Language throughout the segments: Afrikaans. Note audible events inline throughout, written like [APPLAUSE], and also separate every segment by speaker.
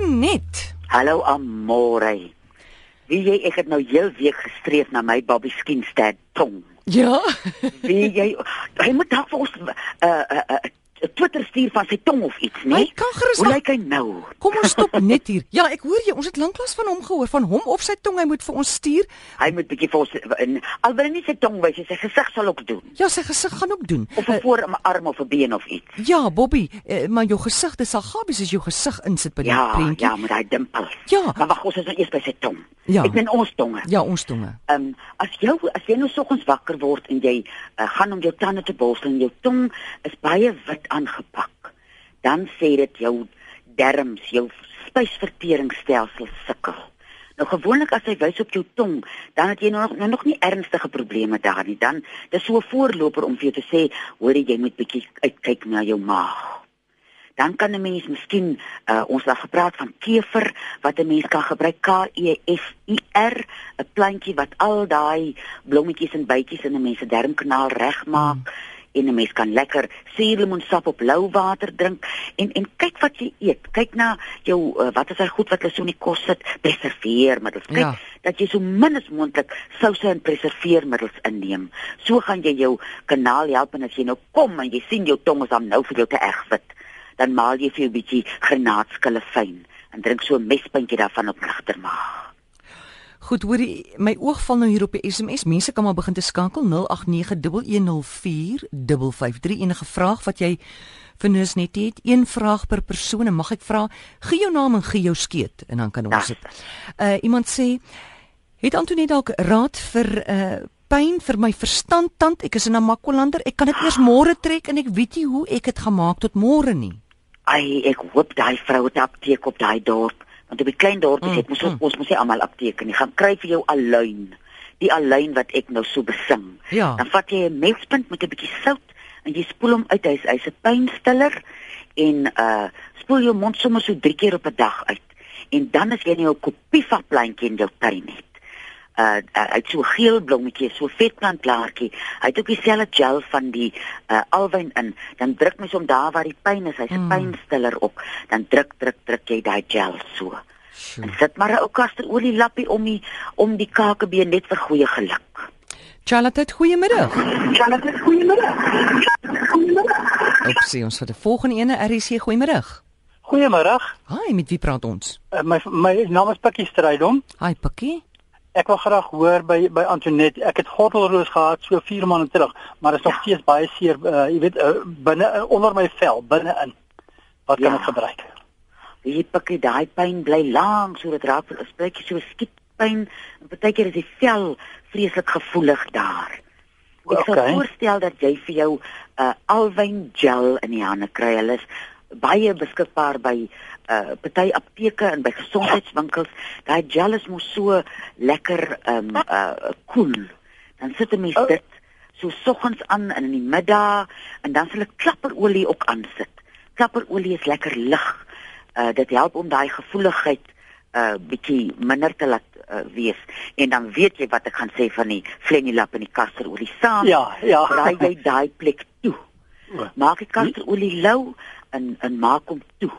Speaker 1: Antonet.
Speaker 2: Hallo Amore. Wie jy ek het nou heel week gestreef na my Bobby Skinstad tong.
Speaker 1: Ja.
Speaker 2: Wie jy hy moet dalk vir ons 'n uh, 'n uh, uh, Twitter stuur van sy tong of iets,
Speaker 1: Hy
Speaker 2: nee?
Speaker 1: kan gerus
Speaker 2: Hoe
Speaker 1: maar-
Speaker 2: lyk hy nou?
Speaker 1: [LAUGHS] Kom ons stop net hier. Ja, ek hoor jy, ons het lanklaas van hom gehoor, van hom of sy tong hy moet vir ons stuur.
Speaker 2: Hy moet bietjie vir ons eh, in alhoewel hy nie sy tong wys, nie, sy gesig sal ook doen
Speaker 1: Ja, sy gesig gaan ook doen. Eh,
Speaker 2: of 'n voorarm of 'n been of iets.
Speaker 1: Ja, Bobby, eh, maar jou gesig, dis agabies as jou gesig insit by die
Speaker 2: Ja,
Speaker 1: prentjie.
Speaker 2: ja, met daai dimpels.
Speaker 1: Ja.
Speaker 2: Maar wag, ons is nou eers by sy tong.
Speaker 1: Ja.
Speaker 2: Ek meen ons tonge.
Speaker 1: ja, ons tonge.
Speaker 2: Ehm um, as jou as jy nou soggens wakker word en jy uh, gaan om jou tande te borsel en jou tong is baie wit aangepak, dan sê dit jou darmes, jou spysverteringsstelsel sukkel. Nou gewoonlik as hy wys op jou tong, dan het jy nou nog nou nog nie ernstige probleme daar nie. Dan dis so 'n voorloper om vir jou te sê, hoor jy moet bietjie uitkyk na jou maag dan kan 'n mens miskien uh, ons het al gepraat van kever wat 'n mens kan gebruik K E F I R 'n plantjie wat al daai blommetjies en bytjies in 'n mens se darmkanaal regmaak en 'n mens kan lekker suurlemoensap op lou water drink en en kyk wat jy eet kyk na jou uh, wat is hy goed wat hulle so in die kos sit preserveermiddels kyk
Speaker 1: Ja.
Speaker 2: ja. dat jy so min as moontlik souse en preserveermiddels inneem so gaan jy jou kanaal help en as jy nou kom en jy sien jou tong is dan nou vir jou te erg wit dan maal jy vir jou 'n bietjie granaatskille fyn en drink so 'n mespuntjie daarvan op nagtermaag.
Speaker 1: Goed, hoorie, my oog val nou hier op die SMS. Mense kan maar begin te skakel 0891104553 enige vraag wat jy vir ons net het. Een vraag per persoon en mag ek vra, gee jou naam en gee jou skeet en dan kan ons
Speaker 2: Das.
Speaker 1: dit. Uh iemand sê het Antonie dalk raad vir uh pyn vir my verstand tand. Ek is in Namakwa-lander. Ek kan dit eers môre trek en ek weet nie hoe ek dit gaan maak tot môre nie.
Speaker 2: Ai, ek hoop daai vrou het 'n apteek op daai dorp, want op die klein dorpies het mos ons ons mos nie almal apteke nie. Gaan kry vir jou aluin. Die aluin wat ek nou so besing.
Speaker 1: Ja.
Speaker 2: Dan vat jy 'n mespunt met 'n bietjie sout en jy spoel hom uit. Hy's hy's 'n pynstiller en uh spoel jou mond sommer so 3 keer op 'n dag uit. En dan as jy nou 'n kopiva plantjie in jou tuin het. uh, uh uit so geel blommetjie, so vetplantlaartjie. Hy het ook dieselfde gel van die uh alwyn in. Dan druk mens hom daar waar die pyn is, hy's 'n
Speaker 1: Mm.
Speaker 2: mm. pynstiller op. Dan druk druk druk jy daai gel so. En
Speaker 1: Sjoe.
Speaker 2: sit maar 'n ou kasterolie lappie om die om die kakebeen net vir goeie geluk.
Speaker 1: Charlotte, goeiemiddag.
Speaker 2: Janet, goeiemiddag. Goeiemiddag.
Speaker 1: Opsie ons vir die volgende ene RC goeiemiddag.
Speaker 3: Goeiemiddag.
Speaker 1: Hi, met wie praat ons?
Speaker 3: Uh, My my naam is Pikkie Strydom.
Speaker 1: Hi Pikkie.
Speaker 3: Ek wil graag hoor by by Antoinette. Ek het gordelroos gehad so 4 maande terug, maar dit is nog ja. steeds baie seer, uh, jy weet, uh, binne uh, onder my vel, binne-in. Wat ja.
Speaker 2: Ja.
Speaker 3: kan ek gebruik?
Speaker 2: Jy pikkie daai pyn bly lank sodat raak vir 'n spreekie so skietpyn. En baie keer is die vel vreeslik gevoelig daar. Ek sou
Speaker 3: Oké.
Speaker 2: voorstel dat jy vir jou 'n uh, alwyn gel in die hande kry. Hulle is baie beskikbaar by uh party apteke en by gesondheidswinkels. Daai gel is mos so lekker um uh koel. Dan sit 'n mens
Speaker 3: Oh.
Speaker 2: dit so soggens aan en in die middag en dan sal ek klapperolie ook aansit. Klapperolie is lekker lig. Uh dit help om daai gevoeligheid uh bietjie minder te laat uh, wees en dan weet jy wat ek gaan sê van die flenilap en die kasterolie saam.
Speaker 3: Ja, ja.
Speaker 2: Draai jy daai plek toe.
Speaker 3: O.
Speaker 2: Maak die kasterolie lou en en maak hom toe.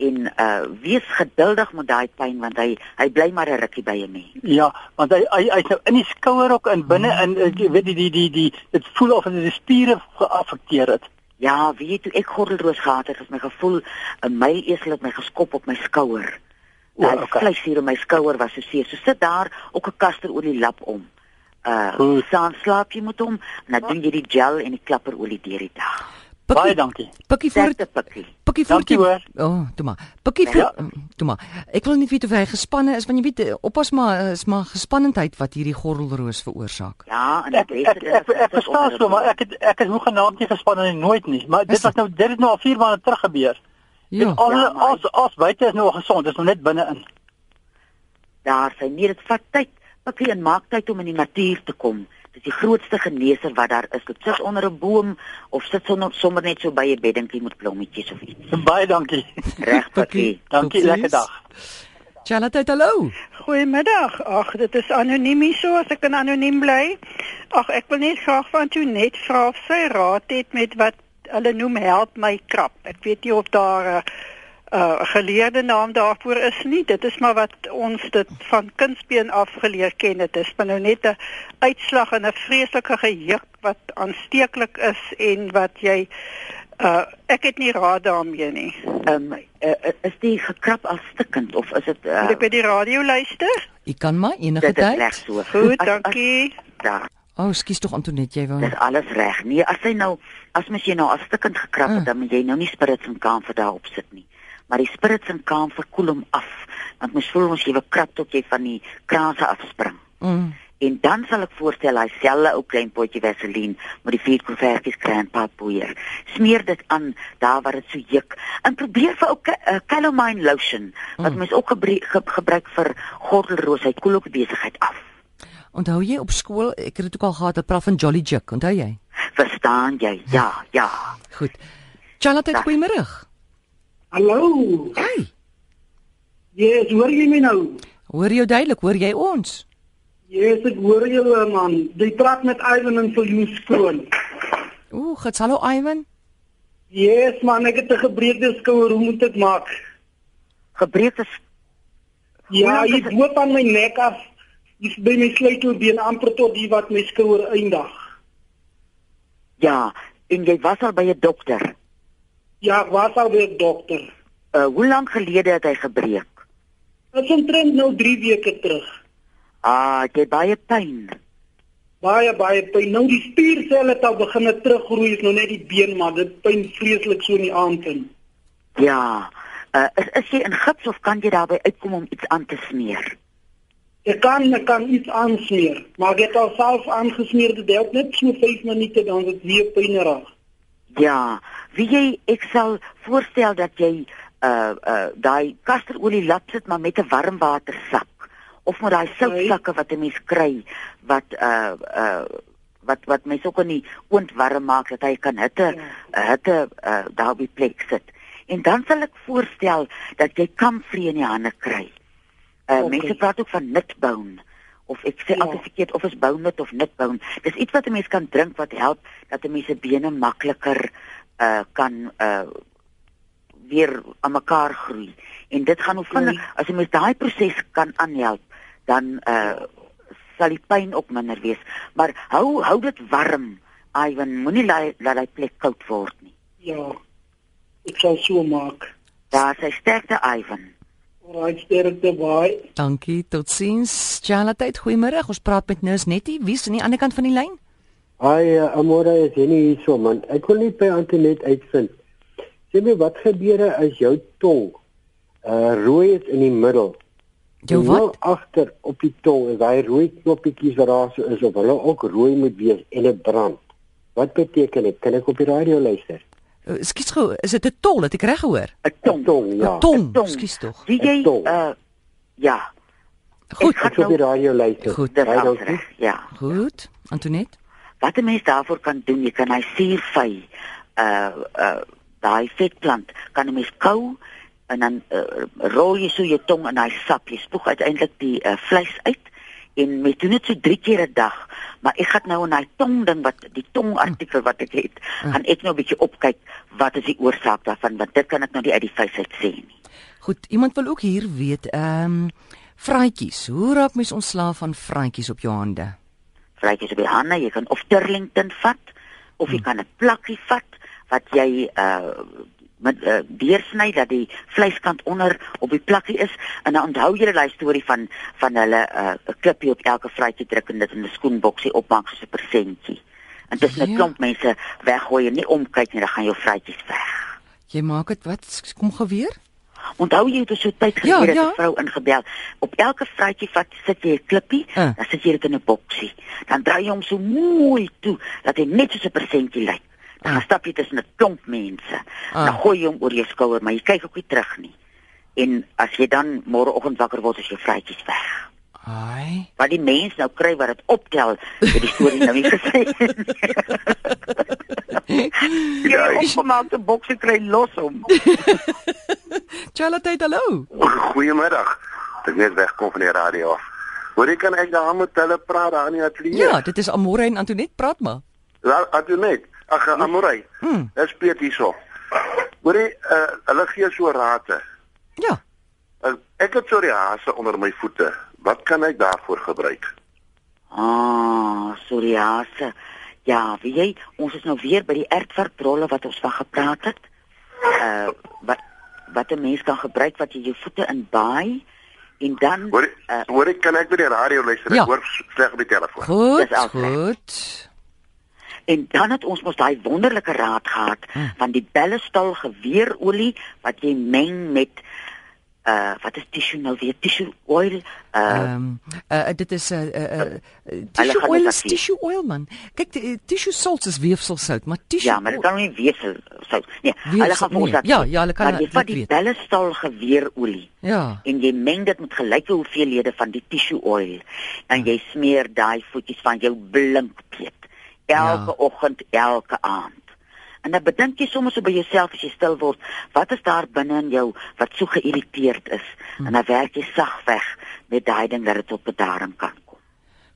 Speaker 2: En uh wees geduldig met daai pyn want hy hy bly maar 'n rukkie by 'n mens.
Speaker 3: [LAUGHS] Ja, want hy hy hy's nou in die skouer ook in binne-in, uh, jy weet die die die, die dit voel of dit die spiere geaffekteer het.
Speaker 2: Ja, weet jy, toe ek gordelroos gehad het, het my gevoel in my esel het my geskop op my skouer.
Speaker 3: O,
Speaker 2: Daai
Speaker 3: oké.
Speaker 2: vleis hier in my skouer was so seer. So sit daar ook 'n kasterolie lap om. Uh
Speaker 3: Goed.
Speaker 2: staan slaap jy met hom en dan doen jy die gel en die klapperolie deur die dag.
Speaker 3: Baie dankie.
Speaker 1: Pikkie voor
Speaker 2: Sterkte pikkie.
Speaker 1: Pikkie voor
Speaker 3: Dankie, hoor.
Speaker 1: O, oh, toe maar. Pikkie voor
Speaker 3: Ja.
Speaker 1: ja. toe maar. Ek wil net weet of hy gespanne is want jy weet eh, oppas maar is maar gespannendheid wat hierdie gordelroos veroorsaak.
Speaker 2: Ja, en
Speaker 3: Ek
Speaker 2: die
Speaker 3: ek
Speaker 2: beste ding is om dit onder
Speaker 3: ek, ek verstaan
Speaker 2: te
Speaker 3: so, maar
Speaker 2: doen.
Speaker 3: ek het ek is hoegenaamd nie gespanne nie, nooit nie, maar
Speaker 1: Is
Speaker 3: dit was nou dit het nou al 4 maande terug gebeur.
Speaker 1: Ja.
Speaker 3: En al
Speaker 2: Ja, maar-
Speaker 3: as as buite is nou gesond, dis nou net binne-in.
Speaker 2: daar sy nee, dit vat tyd. Pikkie en maak tyd om in die natuur te kom. Dis die grootste geneeser wat daar is. Dit sit onder 'n boom of sit sonder sommer net so by 'n beddingkie met blommetjies of iets.
Speaker 3: Baie dankie.
Speaker 2: Reg, Pikkie.
Speaker 3: Dankie,
Speaker 1: Tot
Speaker 3: lekker
Speaker 1: ziens.
Speaker 3: dag.
Speaker 1: Charlotte, hallo.
Speaker 4: Goeiemiddag. Ag, dit is anoniem hier so as ek kan anoniem bly. Ag, ek wil net graag van toe net vra of sy raad het met wat hulle noem help my krap. Ek weet nie of daar 'n uh, geleerde naam daarvoor is nie. Dit is maar wat ons dit van kindsbeen af geleer ken. Dit is maar nou net 'n uitslag en 'n vreeslike gejuk wat aansteeklik is en wat jy uh, ek het nie raad daarmee nie.
Speaker 2: Ehm eh, eh, is die gekrap al stikkend of is dit
Speaker 4: Moet
Speaker 2: uh,
Speaker 4: ek by die radio luister?
Speaker 1: Jy kan maar enige
Speaker 2: dit is reg
Speaker 1: tyd.
Speaker 2: so.
Speaker 4: Goed,
Speaker 2: As- as-
Speaker 4: dankie.
Speaker 2: Daar.
Speaker 1: O, oh, skus tog Antoinette, jy wou.
Speaker 2: Dis alles reg. Nee, as hy nou as mens jy nou as stikkend gekrap het,
Speaker 4: Ah.
Speaker 1: Mm.
Speaker 2: dan moet jy nou nie spirits en kamfer daarop sit nie. Maar die spirits en kamfer koel hom af. Want mens voel ons jy bekrap tot jy van die kraanse afspring.
Speaker 1: Mm.
Speaker 2: En dan sal ek voorstel hy selle ou klein potjie vaseline met die vier koevertjies kraanpap poeier. Smeer dit aan daar waar dit so juk en probeer vir ou ca- eh, calamine lotion wat mens ook gebre- ge gebruik vir gordelroos, hy koel ook die besigheid af.
Speaker 1: Onthou jy op skool, ek het dit ook al gehad, hulle praat van Jolly Jack, onthou jy?
Speaker 2: Verstaan jy? Ja, ja.
Speaker 1: Goed. Charlotte,
Speaker 2: Dag.
Speaker 1: goeiemôre.
Speaker 5: Hallo.
Speaker 1: Hey,
Speaker 5: Yes, hoor jy my nou?
Speaker 1: hoor jou duidelik, hoor jy ons?
Speaker 5: Yes, ek hoor julle man. Jy praat met Ivan en Viljoen skoon.
Speaker 1: Ooh, gits hallo Iwan.
Speaker 5: Yes man, ek het 'n gebreekte skouer, hoe moet ek maak?
Speaker 2: Gebreekte
Speaker 5: Ja,
Speaker 2: Hoe lank
Speaker 5: hy
Speaker 2: is het-
Speaker 5: loop aan my nek af. Dis by my sleutelbeen amper tot die wat my skouer eindig.
Speaker 2: Ja, en jy was al by 'n dokter.
Speaker 5: Ja, ek was al by 'n dokter.
Speaker 2: Uh hoe lank gelede het hy gebreek?
Speaker 5: Dit is omtrent nou 3 weke terug.
Speaker 2: Ah, jy baie pyn.
Speaker 5: Baie baie pyn. Nou die spiersel het al begin teruggroei, is nou net die been maar dit pyn vreeslik so in die aand in.
Speaker 2: Ja. Uh is, is jy in gips of kan jy daarby uitkom om iets aan te smeer?
Speaker 5: Ek kan ek kan iets aansmeer, maar ek het al self aangesmeer dit help net so 5 minute dan word weer pynerig.
Speaker 2: Ja, wie jy ek sal voorstel dat jy uh uh daai kasterolie lap sit maar met 'n warm water sak of met daai soutsakke wat 'n mens kry wat uh uh wat wat mens ook in die oond warm maak dat hy kan hitte hitte uh, daar op die plek sit. En dan sal ek voorstel dat jy kamfrie in die hande kry. Uh
Speaker 5: Oké.
Speaker 2: okay. mense praat ook van nutbone of ek sê
Speaker 5: Ja.
Speaker 2: altyd verkeerd of is bounit of nutbone. Dis iets wat 'n mens kan drink wat help dat 'n mens se bene makliker uh kan uh weer aan mekaar groei. En dit gaan hoe vinnig
Speaker 5: Ja.
Speaker 2: as 'n mens daai proses kan aanhelp, dan uh sal die pyn ook minder wees. Maar hou hou dit warm. Ivan, moenie laat laat hy plek koud word nie.
Speaker 5: Ja. Ek sal so maak.
Speaker 2: Daar sy sterkte Ivan.
Speaker 5: Alraai sterkte baie.
Speaker 1: Dankie, totsiens. Charlotte, goeiemôre. Ons praat met Nurse Nettie, wie's aan die ander kant van die lyn?
Speaker 6: Hi, uh, Amora is hier nie hierso man. Ek wil net by Antonet uitvind. Sê my wat gebeur er as jou tong uh rooi is in die middel?
Speaker 2: Ja.
Speaker 1: Jou
Speaker 6: Heel
Speaker 1: wat?
Speaker 6: agter op die tong is daai rooi knoppietjies wat daar so is of hulle ook rooi moet wees en dit brand. Wat beteken dit? Kan ek op die radio luister?
Speaker 1: Uh, Skus gou, is dit 'n tol? Het ek reg gehoor?
Speaker 2: 'n Tong.
Speaker 6: 'n Tong,
Speaker 1: 'n
Speaker 6: ja.
Speaker 1: tong.
Speaker 2: 'n tong.
Speaker 1: Skus tog.
Speaker 2: Wie
Speaker 6: Een
Speaker 2: jy
Speaker 6: tong.
Speaker 2: uh ja,
Speaker 1: Goed,
Speaker 2: Ek nou
Speaker 6: Ek sal op die radio luister.
Speaker 1: Goed.
Speaker 2: dit
Speaker 6: Baie
Speaker 2: is
Speaker 6: dankie.
Speaker 2: reg. Ja.
Speaker 1: goed. Antoinette?
Speaker 2: Wat 'n mens daarvoor kan doen, jy kan hy suurvy uh uh daai vetplant kan 'n mens kou en dan uh, rol jy so jou tong in daai sap. Jy spoeg uiteindelik die uh, vleis uit en mens doen dit so 3 keer 'n dag. Maar ek gaan nou in daai tong ding wat die tong artikel wat ek het, gaan ek nou 'n bietjie opkyk wat is die oorsaak daarvan want dit kan ek nou nie uit die vleis uit sê nie.
Speaker 1: Goed, iemand wil ook hier weet, ehm um, vraatjies. Hoe raak mens ontslaaf van vraatjies op jou hande?
Speaker 2: vletjies op die hande, jy kan of Turlington vat of jy kan 'n plakkie vat wat jy uh met uh, deursny dat die vleiskant onder op die plakkie is en dan onthou jy daai storie van van hulle 'n uh, klippie op elke vletjie druk en dit in 'n skoenboksie opmaak soos 'n persentjie. En dit is 'n
Speaker 1: Ja.
Speaker 2: klomp mense weggooi en nie omkyk nie, dan gaan jou vletjies weg.
Speaker 1: Jy maak dit wat? Sk- Kom geweer?
Speaker 2: Onthou jy toe so tyd
Speaker 1: Ja,
Speaker 2: gelede het
Speaker 1: ja.
Speaker 2: 'n vrou ingebel. Op elke vrytjie vat sit jy 'n klippie,
Speaker 1: Eh.
Speaker 2: dan sit jy dit in 'n boksie. Dan draai jy hom so mooi toe dat hy net soos 'n persentjie lyk. Dan
Speaker 1: Ah.
Speaker 2: stap jy tussen 'n klomp mense.
Speaker 1: Ah.
Speaker 2: Dan gooi jy hom oor jou skouer, maar jy kyk ook nie terug nie. En as jy dan môreoggend wakker word, is jou vrytjies weg.
Speaker 1: Ai.
Speaker 2: Wat die mens nou kry wat dit optel, het die storie nou nie [LAUGHS] gesê nie. Ja, ek kom maar te boksie kry los hom.
Speaker 1: Charlotte, hallo.
Speaker 7: Goeiemiddag. Ek net wegkom van die radio af. Hoor jy kan ek daar met hulle praat daar in die ateljee?
Speaker 1: Ja, dit is Amore en Antoinette, praat maar. Hm.
Speaker 7: Daar Antonet. Ag, Amorey.
Speaker 1: Hmm.
Speaker 7: Dis Piet hierso. Hoorie, uh, hulle gee so rate.
Speaker 1: Ja.
Speaker 7: As ek het psoriasis onder my voete, wat kan ek daarvoor gebruik?
Speaker 2: Ah, psoriasis. Ja, weet jy, ons is nou weer by die ertvarkrolle wat ons van gepraat het. Uh wat wat 'n mens kan gebruik wat jy jou voete in baai en dan
Speaker 7: Hoorie,
Speaker 2: uh,
Speaker 7: hoorie kan ek by die radio luister?
Speaker 1: Eh. Ja.
Speaker 7: Ek hoor s- sleg op die telefoon.
Speaker 1: Goed,
Speaker 2: Dis altyd.
Speaker 1: goed.
Speaker 2: en dan het ons mos daai wonderlike raad gehad
Speaker 1: Hm.
Speaker 2: van die bellestal geweerolie wat jy meng met uh wat is tissue nou weer tissue oil uh
Speaker 1: Ehm eh, eh, dit is 'n uh, uh,
Speaker 2: gaan
Speaker 1: tissue
Speaker 2: dit
Speaker 1: oil,
Speaker 2: wat
Speaker 1: is
Speaker 2: sê.
Speaker 1: tissue oil man. Kyk, die, eh, tissue salts is weefselsout, maar tissue
Speaker 2: Ja, maar dit
Speaker 1: oil-
Speaker 2: kan nie weefsel sout nie.
Speaker 1: Uh, Weefsel,
Speaker 2: hulle gaan vir ons
Speaker 1: nee.
Speaker 2: dat.
Speaker 1: Ja, ja, hulle kan
Speaker 2: Maar jy
Speaker 1: dit
Speaker 2: vat die
Speaker 1: weet.
Speaker 2: bellestal geweerolie
Speaker 1: Ja.
Speaker 2: en jy meng dit met gelyke hoeveelhede van die tissue oil en jy smeer daai voetjies van jou blink peet elke
Speaker 1: Ja.
Speaker 2: ja. oggend, elke aand. En dan bedink jy soms so by jouself as jy stil word, wat is daar binne in jou wat so geïrriteerd is? Hmm. En dan werk jy sag weg met daai ding dat dit tot bedaring kan kom.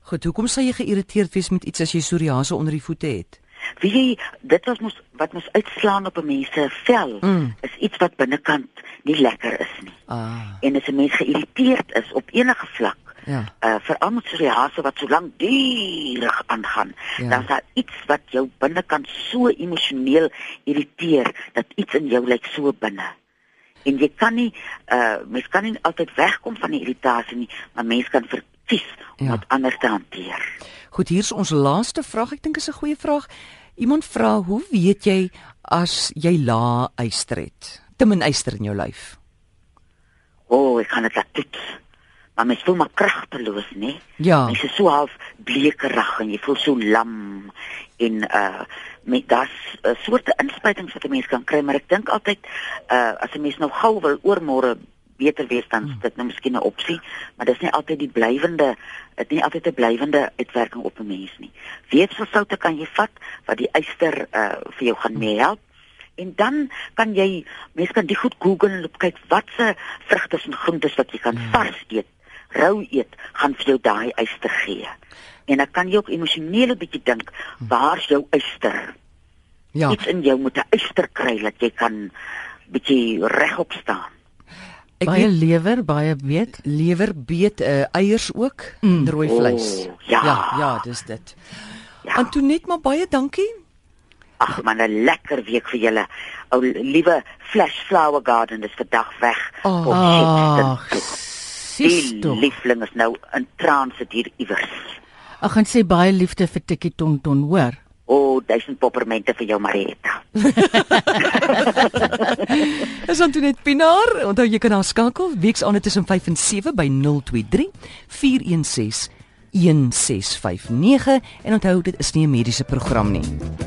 Speaker 1: Goed, hoekom sal jy geïrriteerd wees met iets as jy psoriasis onder die voete het?
Speaker 2: Wie jy, dit was mos wat mos uitslaan op 'n mens se vel
Speaker 1: Mm.
Speaker 2: is iets wat binnekant nie lekker is nie.
Speaker 1: Ah,
Speaker 2: En as 'n mens geïrriteerd is op enige vlak,
Speaker 1: ja.
Speaker 2: uh veral met psoriasis wat so lank duurig aangaan,
Speaker 1: Ja.
Speaker 2: ja. dan is daar iets wat jou binnekant so emosioneel irriteer dat iets in jou lyk so binne. En jy kan nie uh mens kan nie altyd wegkom van die irritasie nie, maar mens kan verkies om
Speaker 1: Ja.
Speaker 2: dit anders te hanteer.
Speaker 1: Goed, hier's ons laaste vraag. Ek dink is 'n goeie vraag. Iemand vra, "Hoe weet jy as jy lae yster het? Te min yster in jou lyf?"
Speaker 2: O, oh, ek kan dit laat toets. Maar mens voel maar kragteloos, nê?
Speaker 1: Ja.
Speaker 2: Mens is so half bleekerig en jy voel so lam en uh met daas uh, soorte inspuitings wat 'n mens kan kry, maar ek dink altyd uh as 'n mens nou gou wil oormôre beter wees dan is dit nou miskien 'n opsie, maar dis nie altyd die blywende dit nie altyd 'n blywende uitwerking op 'n mens nie. Weefselsoute kan jy vat wat die yster uh vir jou gaan mee help. En dan kan jy mense kan die goed Google en op kyk watse vrugte en groentes wat jy kan vars eet, rou eet, gaan vir jou daai yster gee. En dan kan jy ook emosioneel 'n bietjie dink, waar's jou yster?
Speaker 1: Ja.
Speaker 2: Iets in jou moet 'n yster kry dat jy kan bietjie regop staan.
Speaker 1: Ek
Speaker 8: baie
Speaker 1: weet
Speaker 8: lewer, baie weet.
Speaker 1: lewerbeet, uh, eiers ook, mm. rooi vleis.
Speaker 2: Oh, ja.
Speaker 1: ja, ja, dis dit. Ja.
Speaker 2: Ja.
Speaker 1: Antonet, maar baie dankie.
Speaker 2: Ag man, 'n lekker week vir julle. Ou liewe Flash Flower Garden is vandag weg.
Speaker 1: Ah.
Speaker 2: Tot
Speaker 8: Ag,
Speaker 2: sins.
Speaker 8: sis
Speaker 2: Die
Speaker 8: tog.
Speaker 2: liefling is nou in traan sit hier iewers.
Speaker 8: Ek gaan sê baie liefde vir Tikkie Tonton, hoor.
Speaker 2: O, oh, duisend poppermente vir jou Marietta.
Speaker 1: Dis Antonet Pinaar. Onthou jy kan haar skakel weksaande tussen 5 en 7 by 023 416 1659 en onthou dit is nie 'n mediese program nie.